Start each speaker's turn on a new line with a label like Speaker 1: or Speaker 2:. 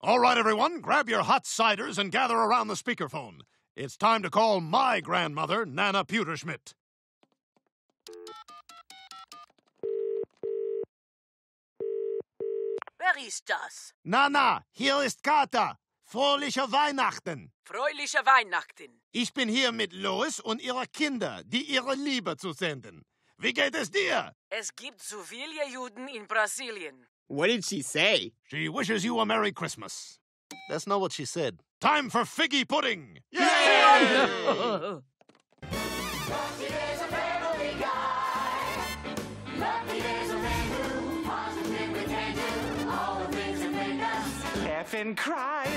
Speaker 1: All right, everyone, grab your hot ciders and gather around the speakerphone. It's time to call my grandmother, Nana Pewterschmidt.
Speaker 2: Wer ist das?
Speaker 1: Nana, hier ist Kata. Fröhliche Weihnachten.
Speaker 2: Fröhliche Weihnachten.
Speaker 1: Ich bin hier mit Lois und ihrer Kinder, die ihre Liebe zu senden. Wie geht es dir?
Speaker 2: Es gibt zu viele Juden in Brasilien.
Speaker 3: What did she say?
Speaker 1: She wishes you a Merry Christmas. That's not what she said. Time for figgy pudding!
Speaker 4: F and cry.